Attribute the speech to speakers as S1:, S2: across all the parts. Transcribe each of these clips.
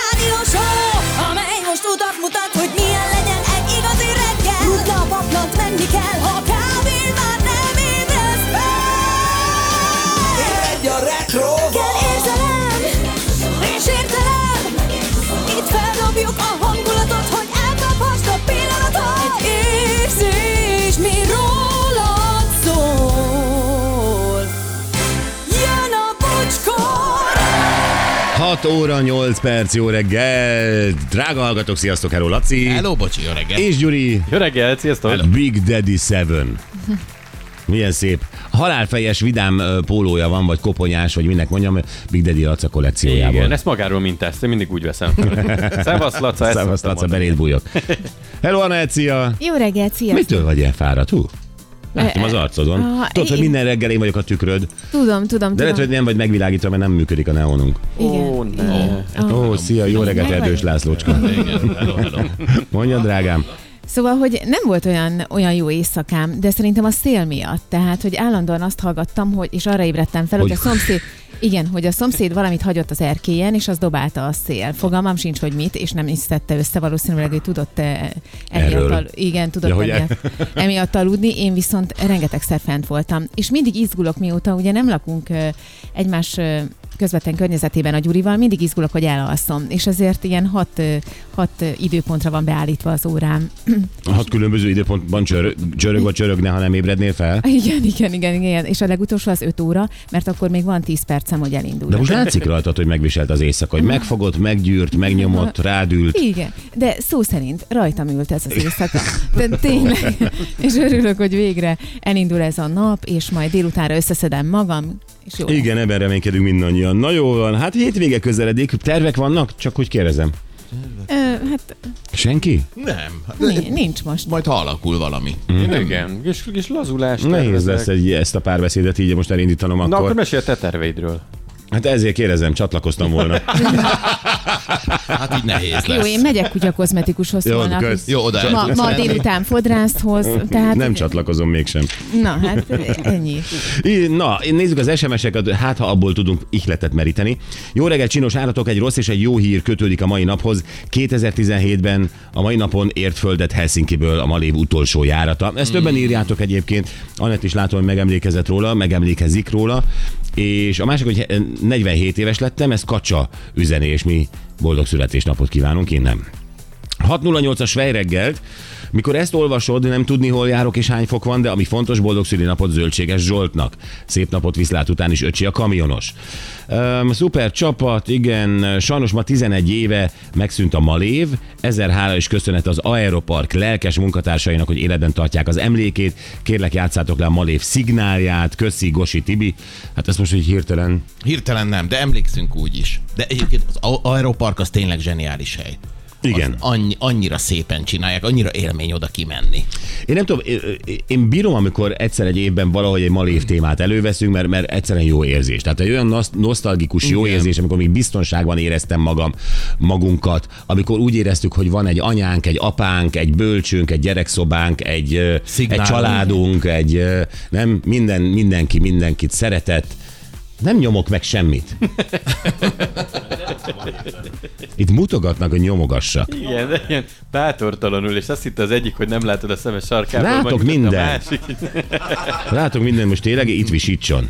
S1: rádió show, amely most utat mutat, hogy milyen legyen egy igazi reggel. Rutna a paplant, menni kell, ha kávén már nem ébredsz fel.
S2: Egy a retro
S1: Kell érzelem, és értelem, itt feldobjuk a hangulatot, hogy elkaphast a pillanatot. Egy érzés, mi rólad szól. Jön a bocskor!
S3: 6 óra 8 perc, jó reggel! Drága hallgatók, sziasztok, hello Laci!
S2: Hello, bocsi, jó reggel.
S3: És Gyuri,
S4: Jó reggel, sziasztok!
S3: Big Daddy Seven. Milyen szép. Halálfejes, vidám ö, pólója van, vagy koponyás, vagy minek mondjam, Big Daddy Laca kollekciójából.
S4: Igen, ezt magáról mintázta, én mindig úgy veszem. Szevasz, Laca,
S3: Szevasz,
S4: ezt szoktam
S3: Laca,
S4: mondani.
S3: beléd bújok. Hello, Anett, szia!
S5: Jó reggelt, sziasztok!
S3: Mitől vagy elfáradt? Hú, Látom az arcodon.
S5: Ah,
S3: Tudod, hogy
S5: én-
S3: minden reggel én vagyok a tükröd,
S5: Tudom, tudom,
S3: de
S5: tudom.
S3: lehet, hogy nem vagy megvilágítva, mert nem működik a neonunk.
S4: Ó,
S5: Igen.
S4: ne.
S5: Igen.
S3: Ó,
S5: Ah.
S3: oh, szia, jó reggelt,
S5: Meg vagy?
S3: Erdős Lászlócska.
S2: Igen, hello, hello.
S3: Mondja, drágám.
S5: Szóval, hogy nem volt olyan, olyan jó éjszakám, de szerintem a szél miatt. Tehát, hogy állandóan azt hallgattam, hogy, és arra ébredtem fel, hogy,
S3: Hogy-
S5: a szomszéd, igen, hogy a szomszéd valamit hagyott az erkélyen, és az dobálta a szél. Fogalmam sincs, hogy mit, és nem is szedte össze, valószínűleg ő tudott eh,
S3: Erről.
S5: emiatt, al- igen, tudott
S3: Ja,
S5: ja,
S3: hogy
S5: emiatt, emiatt aludni, én viszont rengetegszer fent voltam. És mindig izgulok, mióta ugye nem lakunk eh, egymás eh, közvetlen környezetében a Gyurival, mindig izgulok, hogy elalszom, és ezért ilyen hat, eh, hat eh, időpontra van beállítva az órám.
S3: Hat különböző időpontban csörög, csörög vagy csörögne, ha nem ébrednél fel.
S5: Igen, igen, igen, igen. És a legutolsó az 5 óra, mert akkor még van 10 percem, hogy elindulj.
S3: De most látszik rajtad, hogy megviselt az éjszaka, hogy megfogott, meggyűrt, megnyomott, rádült.
S5: Igen, de szó szerint rajtam ült ez az éjszaka. De tényleg, és örülök, hogy végre elindul ez a nap, és majd délutánra összeszedem magam, és jó. lesz.
S3: Igen, ebben reménykedünk mindannyian. Na jó van, hát hétvége közeledik, tervek vannak, csak úgy kérdezem.
S5: Ö, hát
S3: Senki?
S2: Nem, hát
S5: ni- nincs most.
S2: majd ha alakul valami.
S4: Igen, kis, kis lazulás.
S3: Nehéz
S4: tervezek.
S3: lesz egy, ezt a párbeszédet így most elindítanom
S4: Na akkor
S3: akkor.
S4: mesélj a te terveidről.
S3: Hát ezért kérdezem, csatlakoztam volna.
S2: Hát így nehéz lesz.
S5: Jó, én megyek kutya kozmetikushoz
S3: Jó,
S5: holnap.
S3: kösz.
S2: Jó, oda el
S5: Ma,
S2: tudsz
S5: ma
S2: menni.
S5: délután fodrászhoz, tehát...
S3: Nem csatlakozom mégsem.
S5: Na, hát ennyi.
S3: Í- Na, nézzük az SMS-eket, hát ha abból tudunk ihletet meríteni. Jó reggel, csinos állatok, egy rossz és egy jó hír kötődik a mai naphoz. 2017-ben a mai napon ért földet Helsinkiből a Malév utolsó járata. Ezt többen írjátok egyébként. Anett is látom, hogy megemlékezett róla, megemlékezik róla. És a másik, hogy 47 éves lettem, ez kacsa üzenés, mi boldog születésnapot kívánunk innen. 608-as fejreggelt, mikor ezt olvasod, nem tudni, hol járok és hány fok van, de ami fontos, boldog szülinapot zöldséges Zsoltnak. Szép napot viszlát után is öcsi a kamionos. Um, szuper csapat, igen, sajnos ma 11 éve megszűnt a Malév, ezer hála és köszönet az Aeropark lelkes munkatársainak, hogy életben tartják az emlékét. Kérlek, játszátok le a Malév szignálját, köszi Gosi Tibi. Hát ezt most így hirtelen
S2: Hirtelen nem, de emlékszünk úgy is. De egyébként az A- Aeropark az tényleg zseniális hely.
S3: Igen.
S2: Az annyi, annyira szépen csinálják, annyira élmény oda kimenni.
S3: Én nem tudom, én- én bírom, amikor egyszer egy évben valahogy egy malév témát előveszünk, mert, mert egyszerűen jó érzés. Tehát egy olyan nosz- nosztalgikus jó érzés, amikor még biztonságban éreztem magam, magunkat, amikor úgy éreztük, hogy van egy anyánk, egy apánk, egy bölcsünk, egy gyerekszobánk, egy, ö, egy
S2: Szignálunk.
S3: családunk, egy ö, nem, minden, mindenki mindenkit szeretett. Nem nyomok meg semmit. Itt mutogatnak, hogy nyomogassak.
S4: Igen, de ilyen bátortalanul, és azt hitte az egyik, hogy nem látod a szemes sarkából.
S3: Látok
S4: majd mutatta
S3: mindent.
S4: A másik.
S3: Látok minden most tényleg, itt visítson.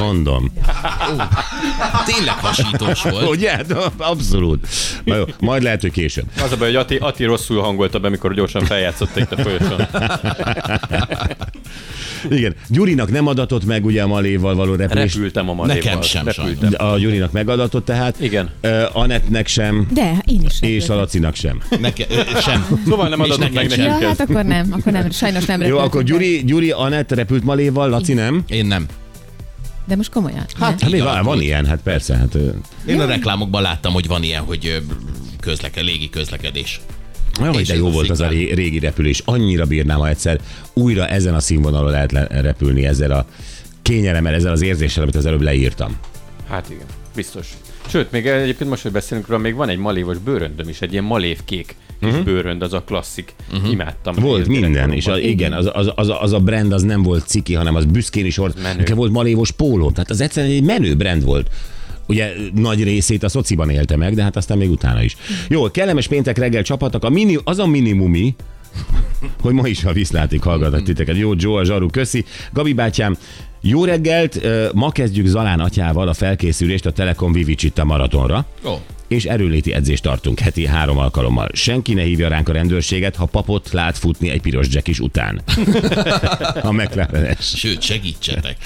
S3: Mondom.
S2: Tényleg hasítós volt.
S3: Ugye? Na, Abszolút. Na jó, majd lehet, hogy később.
S4: Az a baj, hogy Ati, Ati rosszul hangolta be, amikor gyorsan feljátszott itt a folyosón.
S3: Igen. Gyurinak nem adatott meg ugye a Maléval való repülés.
S4: Repültem a maléval.
S2: Nekem sem,
S4: Repültem.
S3: A Gyurinak megadatott tehát.
S4: Igen.
S3: Ö, Anetnek sem,
S5: De én is.
S3: és a
S5: repültem.
S3: Lacinak sem.
S2: Neke, ö, sem.
S4: Szóval nem
S2: És
S4: adott
S2: nekem
S4: meg
S2: sem.
S4: nekem.
S5: Ja,
S4: kell.
S5: hát akkor nem, akkor nem, sajnos nem
S3: Jó,
S5: repültem.
S3: akkor Gyuri, Gyuri Anett repült Maléval, Laci nem?
S2: Én nem.
S5: De most komolyan.
S3: Hát, hát mi van, van ilyen, hát persze. Hát, ö,
S2: Én a reklámokban láttam, hogy van ilyen, hogy ö, közleke, légi közlekedés.
S3: Jaj,
S2: És
S3: de
S2: ez
S3: jó
S2: a
S3: volt az a
S2: sziklán.
S3: ré- régi repülés. Annyira bírnám, ha egyszer újra ezen a színvonalon lehet le- repülni, ezzel a kényelemmel, ezzel az érzéssel, amit az előbb leírtam.
S4: Hát igen, biztos. Sőt, még egyébként most, hogy beszélünk róla, még van egy malévos bőröndöm is, egy ilyen malévkék kis uh-huh. bőrönd, az a klasszik. Uh-huh. Imádtam.
S3: Mhm. Volt
S4: Egész
S3: minden,
S4: gyerekkoromban.
S3: és a, igen, az, az, az, a- az, a brand az nem volt ciki, hanem az büszkén is volt.
S4: Menő.
S3: Nekem volt malévos póló, tehát az egyszerűen egy menő brand volt. Ugye nagy részét a szociban élte meg, de hát aztán még utána is. Jó, kellemes péntek reggel csapatok, a mini, az a minimumi, hogy ma is a viszlátig hallgatott titeket. Jó, Joe, a zsaru, köszi. Gabi bátyám, jó reggelt, ö, ma kezdjük Zalán atyával a felkészülést a Telekom Vivicsitta maratonra
S2: Jó.
S3: és erőléti edzést tartunk heti három alkalommal. Senki ne hívja ránk a rendőrséget, ha papot lát futni egy piros jackis után. a McLarenes.
S2: Sőt, segítsetek.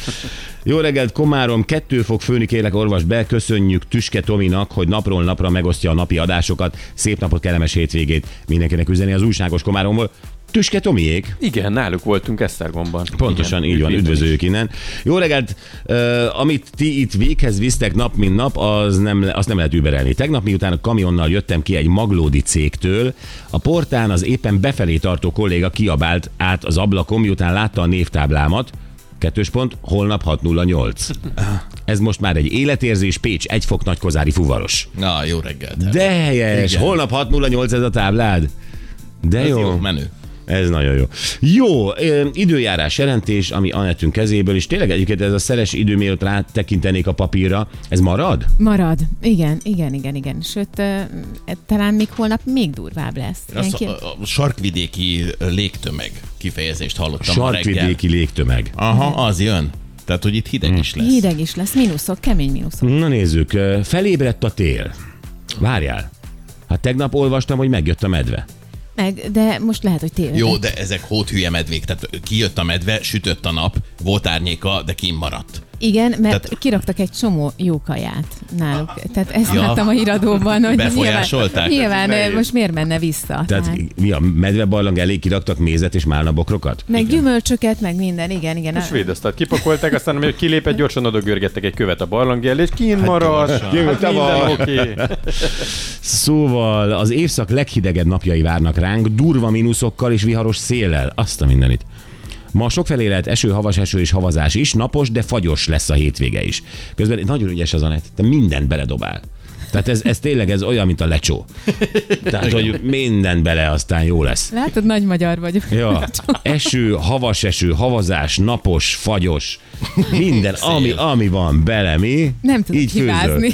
S3: Jó reggelt, Komárom, kettő fog főni, kérlek orvos be, köszönjük Tüske Tominak, hogy napról napra megosztja a napi adásokat. Szép napot, kellemes hétvégét mindenkinek üzeni az újságos Komáromból. Tüske Tomiék.
S4: Igen, náluk voltunk Esztergomban.
S3: Pontosan
S4: Igen,
S3: így van,
S4: ők hívtak
S3: üdvözöljük innen. Jó reggelt, uh, amit ti itt véghez visztek nap, mint nap, az nem, le- azt nem lehet überelni. Tegnap miután a kamionnal jöttem ki egy maglódi cégtől, a portán az éppen befelé tartó kolléga kiabált át az ablakon, miután látta a névtáblámat, kettős pont, holnap 608. Ez most már egy életérzés, Pécs, egy fok nagykozári fuvaros.
S2: Na, jó reggelt.
S3: De helyes,
S2: Igen.
S3: holnap 608 ez a táblád. De
S2: Ez
S3: jó.
S2: jó, menő.
S3: Ez nagyon jó. Jó, ö, időjárás jelentés, ami Anettünk kezéből, és tényleg egyébként ez a szeles idő, mielőtt rátekintenék a papírra, ez marad?
S5: Marad. Igen, igen, igen, igen. Sőt, ö, e, talán még holnap még durvább lesz. Ilyen
S2: Azt
S5: ki-
S2: a, a sarkvidéki légtömeg kifejezést hallottam ma reggel.
S3: Sarkvidéki légtömeg.
S2: Aha, az jön. Tehát, hogy itt hideg is lesz.
S5: Hideg is lesz, mínuszok, kemény
S2: Hm.
S5: mínuszok.
S3: Na nézzük, ö, felébredt a tél. Várjál. Hát tegnap olvastam, hogy megjött a medve.
S5: Meg, de most lehet, hogy tévedek.
S2: Jó, de ezek hóthülye medvék, tehát kijött a medve, sütött a nap, volt árnyéka, de kim maradt.
S5: Igen, mert
S2: Tehát-
S5: Tehát... kiraktak egy csomó jó kaját náluk. Tehát ezt
S2: Ja.
S5: ja. láttam a híradóban, hogy
S2: Befolyásolták?
S5: Nyilván,
S4: Ez így
S5: nyilván
S4: bejön.
S5: most miért menne vissza?
S3: Tehát
S5: Tehát,
S3: mi a medve barlang elé kiraktak mézet és málnabokrokat?
S5: meg gyümölcsöket, meg minden, igen, igen.
S4: A svédasztalt kipakolták, aztán amikor kilépett, gyorsan odagörgettek egy követ a barlang elé, és kint maradt. Hát, minden oké.
S3: Szóval az évszak leghidegebb napjai várnak ránk, durva mínuszokkal és viharos széllel. Azt a mindenit. Ma sokfelé lehet eső, havas eső és havazás is, napos, de fagyos lesz a hétvége is. Közben nagyon ügyes az Anett, te mindent beledobál. Tehát ez, ez tényleg ez olyan, mint a lecsó. Tehát, hogy minden bele, aztán jó lesz.
S5: Látod, nagy magyar vagyok.
S3: Ja, eső, havas eső, havazás, napos, fagyos, minden, ami, ami van bele, mi?
S5: Nem tudok
S3: így főzöl.
S5: hibázni.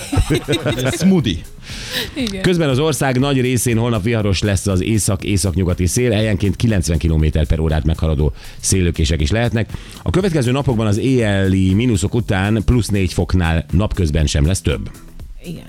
S2: Smoothie.
S5: igen.
S3: Közben az ország nagy részén holnap viharos lesz az észak-északnyugati szél, helyenként 90 km per órát meghaladó szélőkések is lehetnek. A következő napokban az éjjeli mínuszok után plusz 4 foknál napközben sem lesz több.
S5: igen.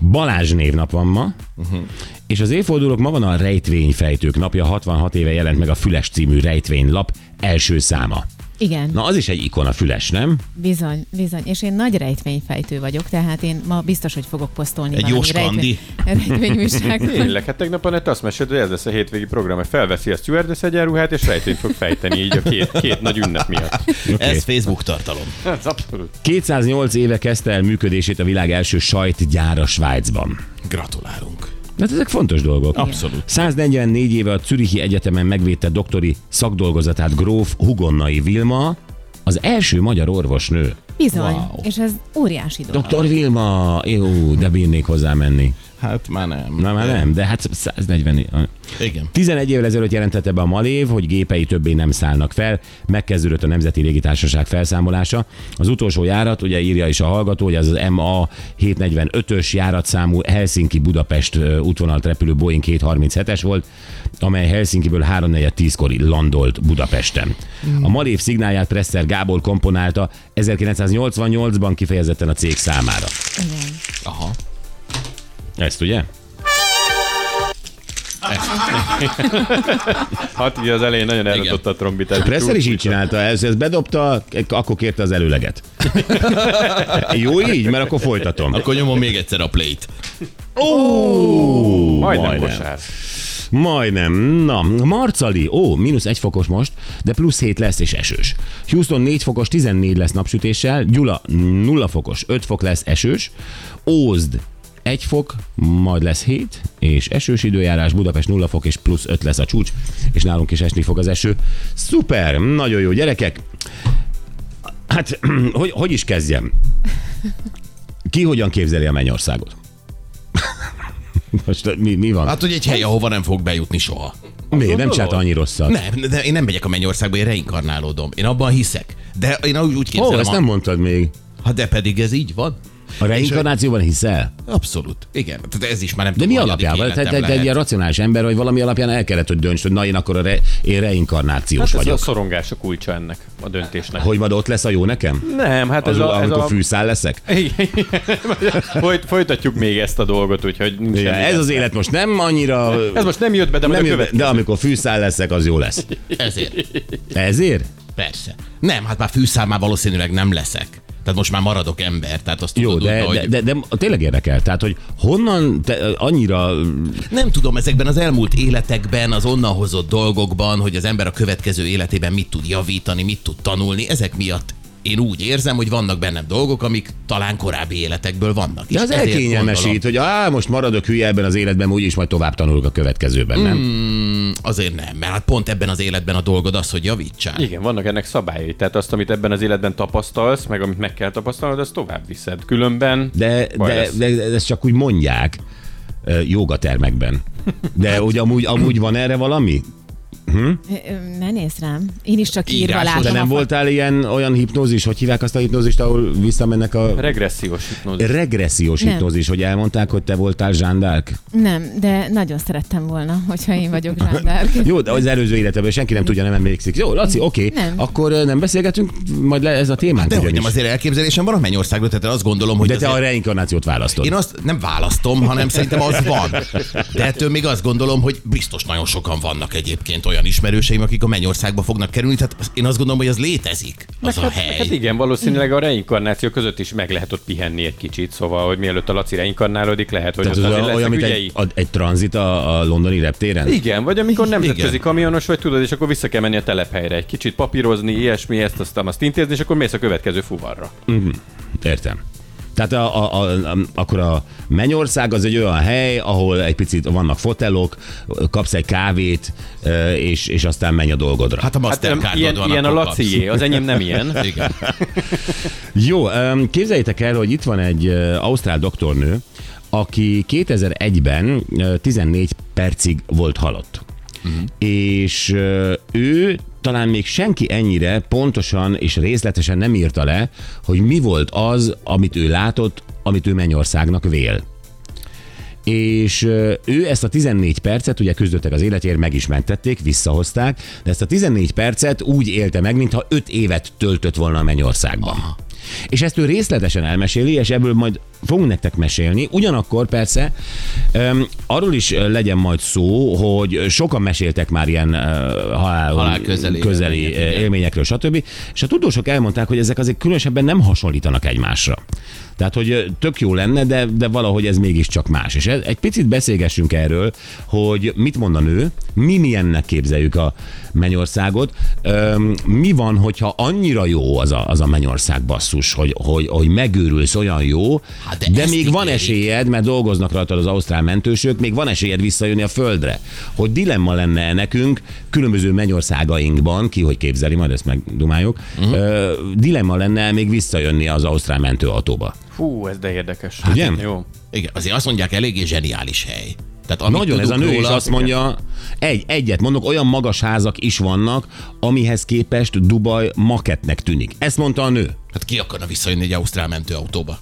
S3: Balázs névnap van ma, uh-huh. és az évfordulók ma van a rejtvényfejtők napja, 66 éve jelent meg a Füles című rejtvénylap első száma.
S5: Igen,
S3: Na az is egy ikon a Füles, nem?
S5: bizony, bizony. És én nagy rejtvényfejtő vagyok, tehát én ma biztos, hogy fogok posztolni
S2: Egy
S5: valami
S2: Jóska Andi.
S5: rejtvényműságot.
S4: Tényleg, hát tegnap Anett azt mesélt, hogy ez lesz a hétvégi program, hogy felveszi a stewardess egyenruhát, és rejtényt fog fejteni így a két, két nagy ünnep miatt.
S2: Okay. Ez Facebook tartalom.
S4: Ez abszolút.
S3: 208 éve kezdte el működését a világ első sajtgyára Svájcban.
S2: Gratulálunk.
S3: Hát ezek fontos dolgok.
S2: Abszolút.
S3: 144 éve a Zürichi Egyetemen megvédte doktori szakdolgozatát gróf Hugonnai Vilma, az első magyar orvosnő.
S5: Bizony,
S2: Wow.
S5: és ez óriási dolog.
S3: Doktor Vilma, jó, de bírnék hozzá menni.
S2: Hát már nem.
S3: Na már nem, de hát 140.
S2: Igen.
S3: 11 évvel ezelőtt jelentette be a Malév, hogy gépei többé nem szállnak fel, megkezdődött a Nemzeti Légitársaság felszámolása. Az utolsó járat, ugye írja is a hallgató, hogy az az MA 745-ös járatszámú Helsinki-Budapest ö, útvonalt repülő Boeing 237-es volt, amely Helsinkiből 3-4-10-kor landolt Budapesten. A Malév szignálját Presser Gábor komponálta 1988-ban kifejezetten a cég számára.
S5: Igen.
S2: Aha.
S3: Ezt ugye?
S4: Hát ugye az elején nagyon elrontotta a trombitát.
S3: Presser is így csinálta, ez, ez bedobta, akkor kérte az előleget. Jó így, mert akkor folytatom.
S2: Akkor nyomom még egyszer a plate.
S3: Ó,
S4: Majdnem kosár.
S3: Majdnem. Na, Marcali, ó, mínusz egy fokos most, de plusz 7 lesz és esős. Houston 4 fokos, 14 lesz napsütéssel, Gyula 0 fokos, 5 fok lesz esős, Ózd 1 fok, majd lesz 7, és esős időjárás, Budapest 0 fok, és plusz 5 lesz a csúcs, és nálunk is esni fog az eső. Szuper, nagyon jó gyerekek. Hát, hogy, hogy is kezdjem? Ki hogyan képzeli a mennyországot? Most mi, mi van? Hát,
S2: Hát, hogy egy hely, ahova nem fog bejutni soha.
S3: Miért? Nem
S4: gondolod?
S3: csinálta annyi rosszat.
S2: Nem, de én nem megyek a mennyországba, én reinkarnálódom. Én abban hiszek. De én úgy, úgy
S3: Ó,
S2: képzelem,
S3: ezt
S2: a-
S3: nem mondtad még.
S2: ha de pedig ez így van.
S3: A reinkarnációban hiszel?
S2: Abszolút. Igen. Tehát ez is már nem
S3: De mi
S2: tudom, hanyadik
S3: alapján? Te, te,
S2: életem
S3: te egy
S2: lehet.
S3: ilyen racionális ember vagy, valami alapján el kellett, hogy dönts, hogy na én akkor a re, én reinkarnációs
S4: Hát ez a
S3: vagyok.
S4: szorongás a kulcsa ennek a döntésnek.
S3: Hogy majd ott lesz a jó nekem?
S4: Nem, hát
S3: Az,
S4: ez a, ez
S3: amikor
S4: a...
S3: fűszál leszek?
S4: Igen, Folyt, folytatjuk még ezt a dolgot, úgyhogy nincs
S3: Igen,
S4: semmi
S3: ez az
S4: gond.
S3: élet most nem annyira...
S4: ez most nem jött be, de majd
S3: nem
S4: nem a
S3: jövő,
S4: következő.
S3: de amikor fűszál leszek, az jó lesz.
S2: Ezért.
S3: Ezért?
S2: Persze. Nem, hát már fűszál már valószínűleg nem leszek. Tehát most már maradok ember, tehát azt
S3: Jó,
S2: tudod,
S3: de,
S2: hogy...
S3: de, de, de tényleg érdekel. Tehát, hogy honnan te annyira...
S2: Nem tudom, ezekben az elmúlt életekben, az onnan hozott dolgokban, hogy az ember a következő életében mit tud javítani, mit tud tanulni, ezek miatt én úgy érzem, hogy vannak bennem dolgok, amik talán korábbi életekből vannak.
S3: De az
S2: ezért
S3: elkényelmesít, hogy á, most maradok hülye ebben az életben, úgyis majd tovább tanulok a következőben, nem? Mm.
S2: Azért nem, mert hát pont ebben az életben a dolgod az, hogy javítsál.
S4: Igen, vannak ennek szabályai. Tehát azt, amit ebben az életben tapasztalsz, meg amit meg kell tapasztalnod, azt tovább viszed. Különben
S3: De,
S4: baj
S3: de,
S4: lesz.
S3: de ezt csak úgy mondják ö, jogatermekben. De hogy amúgy, amúgy van erre valami?
S5: Ne nézd rám. Én is csak írva
S2: Írásos.
S5: látom.
S3: De
S5: a
S3: nem
S5: fa-
S3: voltál ilyen olyan hipnózis, hogy hívják azt a hipnózist, ahol visszamennek a
S4: regressziós hipnózis.
S3: regressziós
S5: Nem.
S3: hipnózis, hogy elmondták, hogy te voltál zsándák?
S5: Nem, de nagyon szerettem volna, hogyha én vagyok Zsándár.
S3: Jó, de az előző életemben senki nem tudja, nem emlékszik. Jó, Laci, oké, okay.
S5: Nem.
S3: akkor ö, nem beszélgetünk, majd le ez a témánk
S2: De hogy
S3: ugyanis.
S2: Hát nem, azért elképzelésem van a mennyországról, tehát én azt gondolom, hogy
S3: De te
S2: azért-
S3: a reinkarnációt választod.
S2: Én azt nem választom, hanem szerintem az van. De ettől még azt gondolom, hogy biztos nagyon sokan vannak egyébként olyan ismerőseim, akik a mennyországba fognak kerülni, tehát én azt gondolom, hogy az létezik, az a
S4: Hát, hát
S2: hely.
S4: igen, valószínűleg a reinkarnáció között is meg lehet ott pihenni egy kicsit, szóval, hogy mielőtt a Laci reinkarnálódik, lehet, hogy
S3: Tehát
S4: ott
S3: az
S4: azért
S3: olyan,
S4: lesznek
S3: mint
S4: ügyei.
S3: egy, a, egy tranzit a, a londoni reptéren?
S4: Igen, vagy amikor nemzetközi
S2: Igen.
S4: kamionos vagy, tudod, és akkor vissza kell menni a telephelyre, egy kicsit papírozni, ilyesmi, ezt azt, azt intézni, és akkor mész a következő fuvarra.
S3: Értem. Tehát a, a, a, a, akkor a Mennyország az egy olyan hely, ahol egy picit vannak fotelok, kapsz egy kávét, ö, és, és aztán menj a dolgodra. Hát,
S2: Hát a
S4: Hát em,
S2: Mastercardod
S4: ilyen,
S2: van,
S4: ilyen a
S2: akkor kapsz.
S4: Lacié, az enyém nem ilyen.
S2: Igen.
S3: jó, öm, képzeljétek el, hogy itt van egy ö, ausztrál doktornő, aki 2001-ben ö, 14 percig volt halott. és ö, ő talán még senki ennyire pontosan és részletesen nem írta le, hogy mi volt az, amit ő látott, amit ő Mennyországnak vél. És ö, ő ezt a 14 percet, ugye küzdöttek az életért, meg is mentették, visszahozták, de ezt a 14 percet úgy élte meg, mintha 5 évet töltött volna a Mennyországban. Aha. És ezt ő részletesen elmeséli, és ebből majd fogunk nektek mesélni. Ugyanakkor persze öm, arról is ö, legyen majd szó, hogy sokan meséltek már ilyen ö, halál,
S2: Halál közeli
S3: közeli
S2: élmények, igen.
S3: élményekről, stb. És a tudósok elmondták, hogy ezek azért különösebben nem hasonlítanak egymásra. Tehát, hogy ö, tök jó lenne, de, de valahogy ez mégiscsak más. És ez- egy picit beszélgessünk erről, hogy mit mond a nő, mi milyennek képzeljük a mennyországot, Öm, mi van, hogyha annyira jó az a, az a mennyország basszus, hogy, hogy, hogy megőrülsz olyan jó,
S2: Hát
S3: de,
S2: de
S3: de
S2: ezt
S3: még van
S2: ígérik.
S3: esélyed, mert dolgoznak rajtad az ausztrál mentősök, még van esélyed visszajönni a földre. Hogy dilemma lenne nekünk, különböző mennyországainkban, ki hogy képzeli, majd ezt megdumáljuk, uh-huh. dilemma lenne még visszajönni az ausztrál mentőautóba.
S4: Hú, ez de érdekes.
S3: Ugye?
S4: Jó.
S2: Igen, azért azt mondják, eléggé zseniális hely. Tehát amit
S3: Nagyon ez a
S2: tudunk
S3: nő is
S2: róla,
S3: azt mondja, egy, egyet mondok, olyan magas házak is vannak, amihez képest Dubaj maketnek tűnik. Ezt mondta a nő.
S2: Hát ki akarna visszajönni egy ausztrál mentőautóba?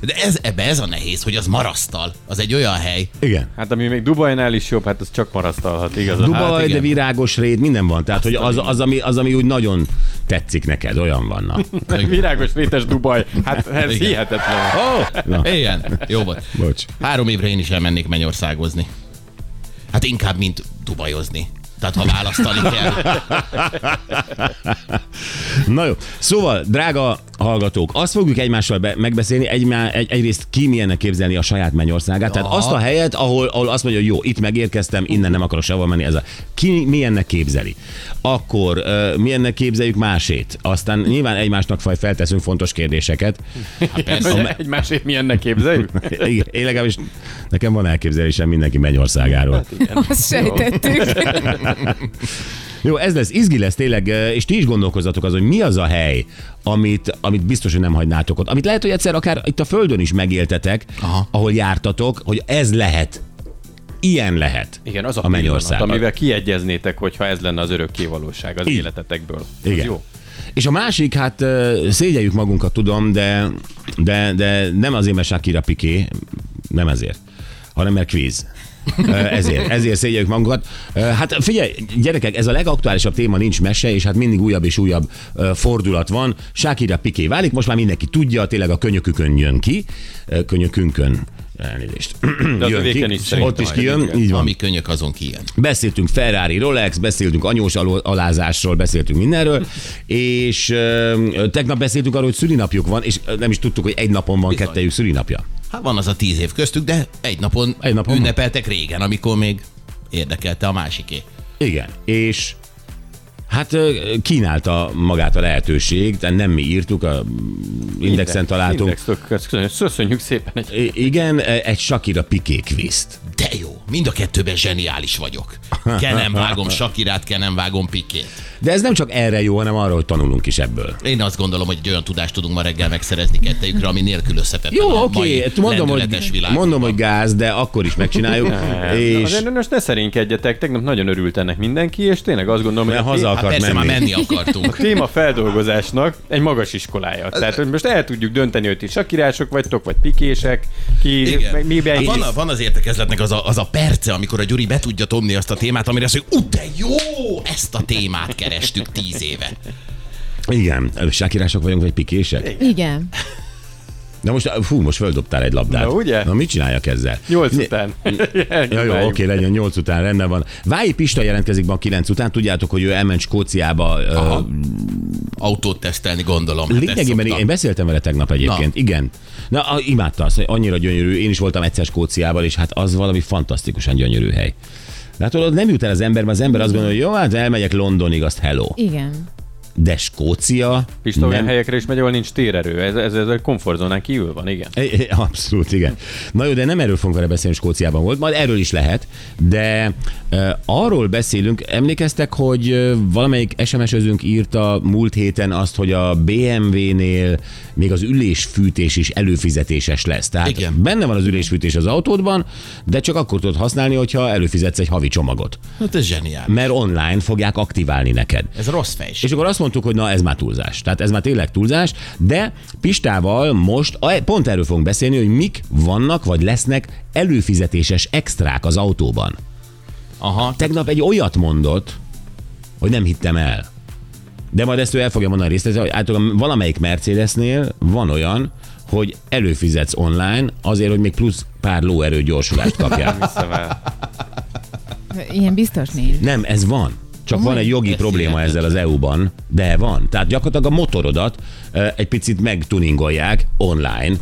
S2: De ez, ebbe ez a nehéz, hogy az marasztal. Az egy olyan hely.
S3: Igen.
S4: Hát ami még Dubajnál is jobb, hát az csak marasztalhat, igaz?
S3: Dubaj,
S4: hát,
S3: de
S4: igen.
S3: virágos réd, minden van. Tehát, hogy az, az, ami, az, ami úgy nagyon tetszik neked, olyan vannak.
S4: Hát, Virágos rétes Dubaj, hát ez
S2: Igen.
S4: hihetetlen.
S3: Na.
S2: Oh, igen, jó volt.
S3: Bocs.
S2: Három évre én is elmennék mennyországozni. Hát inkább, mint dubajozni. Tehát ha választani kell.
S3: Na jó, szóval, drága hallgatók, azt fogjuk egymással be- megbeszélni, egymá- egy- egyrészt ki milyennek képzelni a saját mennyországát, tehát
S2: Aha.
S3: azt a helyet, ahol, ahol azt mondja, hogy jó, itt megérkeztem, innen nem akarok sehova menni, ez a ki milyennek képzeli. Akkor uh, milyennek képzeljük másét, aztán nyilván egymásnak faj felteszünk fontos kérdéseket.
S4: Hogy egymásét milyennek képzeljük?
S3: Igen, Én legalábbis nekem van elképzelésem mindenki mennyországáról.
S5: Azt sejtettük.
S3: Jó, ez lesz, izgi lesz tényleg, és ti is gondolkozzatok az, hogy mi az a hely, amit, amit biztos, hogy nem hagynátok ott. Amit lehet, hogy egyszer akár itt a földön is megéltetek, Aha.
S2: Aha.
S3: ahol jártatok, hogy ez lehet. Ilyen lehet.
S4: Igen, az a,
S3: a
S4: pillanat,
S3: mennyországban.
S4: amivel kiegyeznétek, hogyha ez lenne az örökké valóság az
S3: Így.
S4: életetekből.
S3: Igen.
S4: Az jó.
S3: És a másik, hát ö, szégyeljük magunkat, tudom, de, de, de nem azért, mert Shakira Piqué, nem ezért, hanem mert kvíz. Ö, Ezért, ezért szégyeljük magunkat. Ö, Hát figyelj, gyerekek, ez a legaktuálisabb téma, nincs mese, és hát mindig újabb és újabb ö, fordulat van. Shakira Piqué válik, most már mindenki tudja, tényleg a könyökükön jön ki, Ö, könyökünkön, elnézést.
S4: az
S3: Jön
S4: a véken is szerintem
S3: Ott is
S4: a
S3: kijön,
S4: könyökön.
S3: így van.
S2: Ami könnyök, azon kijön.
S3: Beszéltünk Ferrari, Rolex, beszéltünk anyós aló- alázásról, beszéltünk mindenről, és ö, tegnap beszéltünk arról, hogy szülinapjuk van, és ö, nem is tudtuk, hogy egy napon van
S2: Bizony.
S3: kettejük szülinapja.
S2: Hát van az a tíz év köztük, de egy napon,
S3: Egy
S2: egy
S3: napon
S2: napon ünnepeltek régen, amikor még érdekelte a másiké.
S3: Igen, és hát ö, kínálta magát a lehetőség, tehát nem mi írtuk, a mm, indexen találtunk.
S4: Index, tök- köszönjük- Köszönjük szépen egy
S3: I- Igen, e, egy Shakira Piqué kvízt.
S2: De jó, mind a kettőben zseniális vagyok. Ke nem vágom Sakirát, ke nem vágom Pikét.
S3: De ez nem csak erre jó, hanem arra, hogy tanulunk is ebből.
S2: Én azt gondolom, hogy egy olyan tudást tudunk ma reggel megszerezni kettejükre, ami nélkül összetetlen
S3: Jó,
S2: a mai
S3: oké, hát mondom,
S2: lendületes
S3: hogy,
S2: világban.
S3: mondom, hogy gáz, de akkor is megcsináljuk.
S4: És...
S3: és...
S4: Azért most ne szerénykedjetek, tegnap nagyon örült ennek mindenki, és tényleg azt gondolom,
S3: Mert
S4: hogy a
S3: haza
S4: té-
S2: Hát
S3: akart
S2: persze,
S3: menni.
S2: már menni akartunk.
S4: a téma feldolgozásnak egy magas iskolája. Tehát, hogy most el tudjuk dönteni, hogy ti sakirások vagytok, vagy pikések, ki, meg mi
S2: Hát
S4: hát
S2: van, a, van az értekezletnek az a, az a perce, amikor a Gyuri be tudja tomni azt a témát, amire azt mondja, hogy ú, de jó, ezt a témát kerestük tíz éve.
S3: Igen, sákirások vagyunk, vagy pikések?
S5: Igen.
S3: Na most, fú, most földobtál egy labdát.
S4: Na, ugye?
S3: Na mit csináljak ezzel?
S4: Nyolc
S3: Ne-
S4: után.
S3: Ja, jó, oké, legyen nyolc után, rendben van. Váji Pista jelentkezik ma kilenc után, tudjátok, hogy ő elment Skóciába. ö,
S4: hát
S2: Aha. Autót tesztelni, gondolom. Hát ezt
S3: Lényegében én
S2: szoktam.
S3: én beszéltem vele tegnap egyébként, igen. Na, a, imádta azt, hogy annyira gyönyörű. Én is voltam egyszer Skóciában, és hát az valami fantasztikusan gyönyörű hely. Látod, ott nem jut el az ember, mert az ember azt gondolja, hogy jó, hát elmegyek Londonig, azt hello.
S5: Igen.
S3: De Skócia...
S4: Pista olyan
S3: nem-
S4: helyekre is megy, ahol nincs térerő. Ez, ez, ez a komfortzónán kívül van, igen.
S3: É, é, Abszolút, igen. Na jó, de nem erről fogunk vele beszélni, Skóciában volt, majd erről is lehet, de e, arról beszélünk, emlékeztek, hogy e, valamelyik SMS-özünk írta múlt héten azt, hogy a BMW-nél még az ülésfűtés is előfizetéses lesz. Tehát
S2: Igen.
S3: benne van az ülésfűtés az autódban, de csak akkor tudod használni, hogyha előfizetsz egy havi csomagot,
S2: Hát ez zseniális.
S3: mert online fogják aktiválni neked.
S2: Ez rossz fejség.
S3: És akkor azt mondtuk, hogy na ez már túlzás. Tehát ez már tényleg túlzás, de Pistával most a- pont erről fogunk beszélni, hogy mik vannak vagy lesznek előfizetéses extrák az autóban.
S2: Aha,
S3: Tegnap egy olyat mondott, hogy nem hittem el. De majd ezt ő el fogja mondani részletet, hogy általában valamelyik Mercedesnél van olyan, hogy előfizetsz online azért, hogy még plusz pár lóerő gyorsulást kapjál.
S4: Hiszem el.
S5: Ilyen biztos nincs.
S3: Nem, ez van. Csak van egy jogi
S2: Ez
S3: probléma
S2: hihetetlen.
S3: ezzel az EU-ban, de van. Tehát gyakorlatilag a motorodat ö, egy picit megtuningolják online.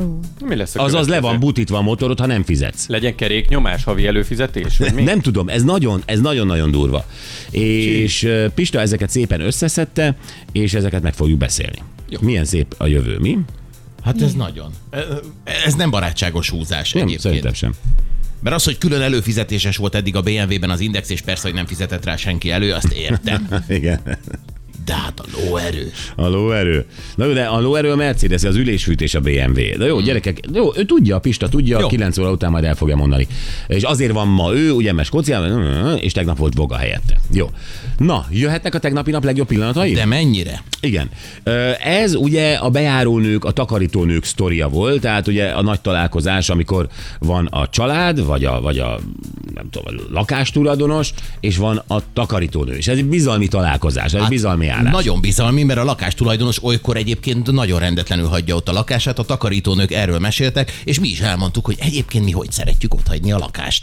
S5: Ó.
S4: Mi lesz a
S3: Azaz le
S4: következő?
S3: van butítva a motorod, ha nem fizetsz.
S4: Legyen keréknyomás, havi előfizetés? Vagy mi?
S3: Nem tudom, ez nagyon, ez nagyon-nagyon durva. És ö, Pista ezeket szépen összeszedte, és ezeket meg fogjuk beszélni.
S2: Jó.
S3: Milyen szép a jövő, mi?
S2: hát ez nagyon. Ez nem barátságos húzás
S3: Nem,
S2: egyébként.
S3: szerintem sem.
S2: Mert az, hogy külön előfizetéses volt eddig a BMW-ben az index, és persze, hogy nem fizetett rá senki elő, azt értem.
S3: Igen.
S2: De hát a lóerő.
S3: A lóerő. Na jó, de a lóerő a Mercedes, az ülésfűtés a BMW. De jó, gyerekek, jó, ő tudja, Pista tudja, Hmm. jó.
S2: Jó.
S3: 9 óra után majd el fogja mondani. És azért van ma ő, ugye, mert Skóciában, és tegnap volt Voga helyette. Jó. Na, jöhetnek a tegnapi nap legjobb pillanatai?
S2: De mennyire?
S3: Igen. Ö, Ez ugye a bejárónők, a takarítónők sztoria volt, tehát ugye a nagy találkozás, amikor van a család, vagy a, vagy a nem tudom, a lakástulajdonos, és van a takarítónő. És ez egy bizalmi találkozás, ez hát, bizalmi állás.
S2: Nagyon bizalmi, mert a lakástulajdonos olykor egyébként nagyon rendetlenül hagyja ott a lakását, a takarítónők erről meséltek, és mi is elmondtuk, hogy egyébként mi hogy szeretjük ott hagyni a lakást.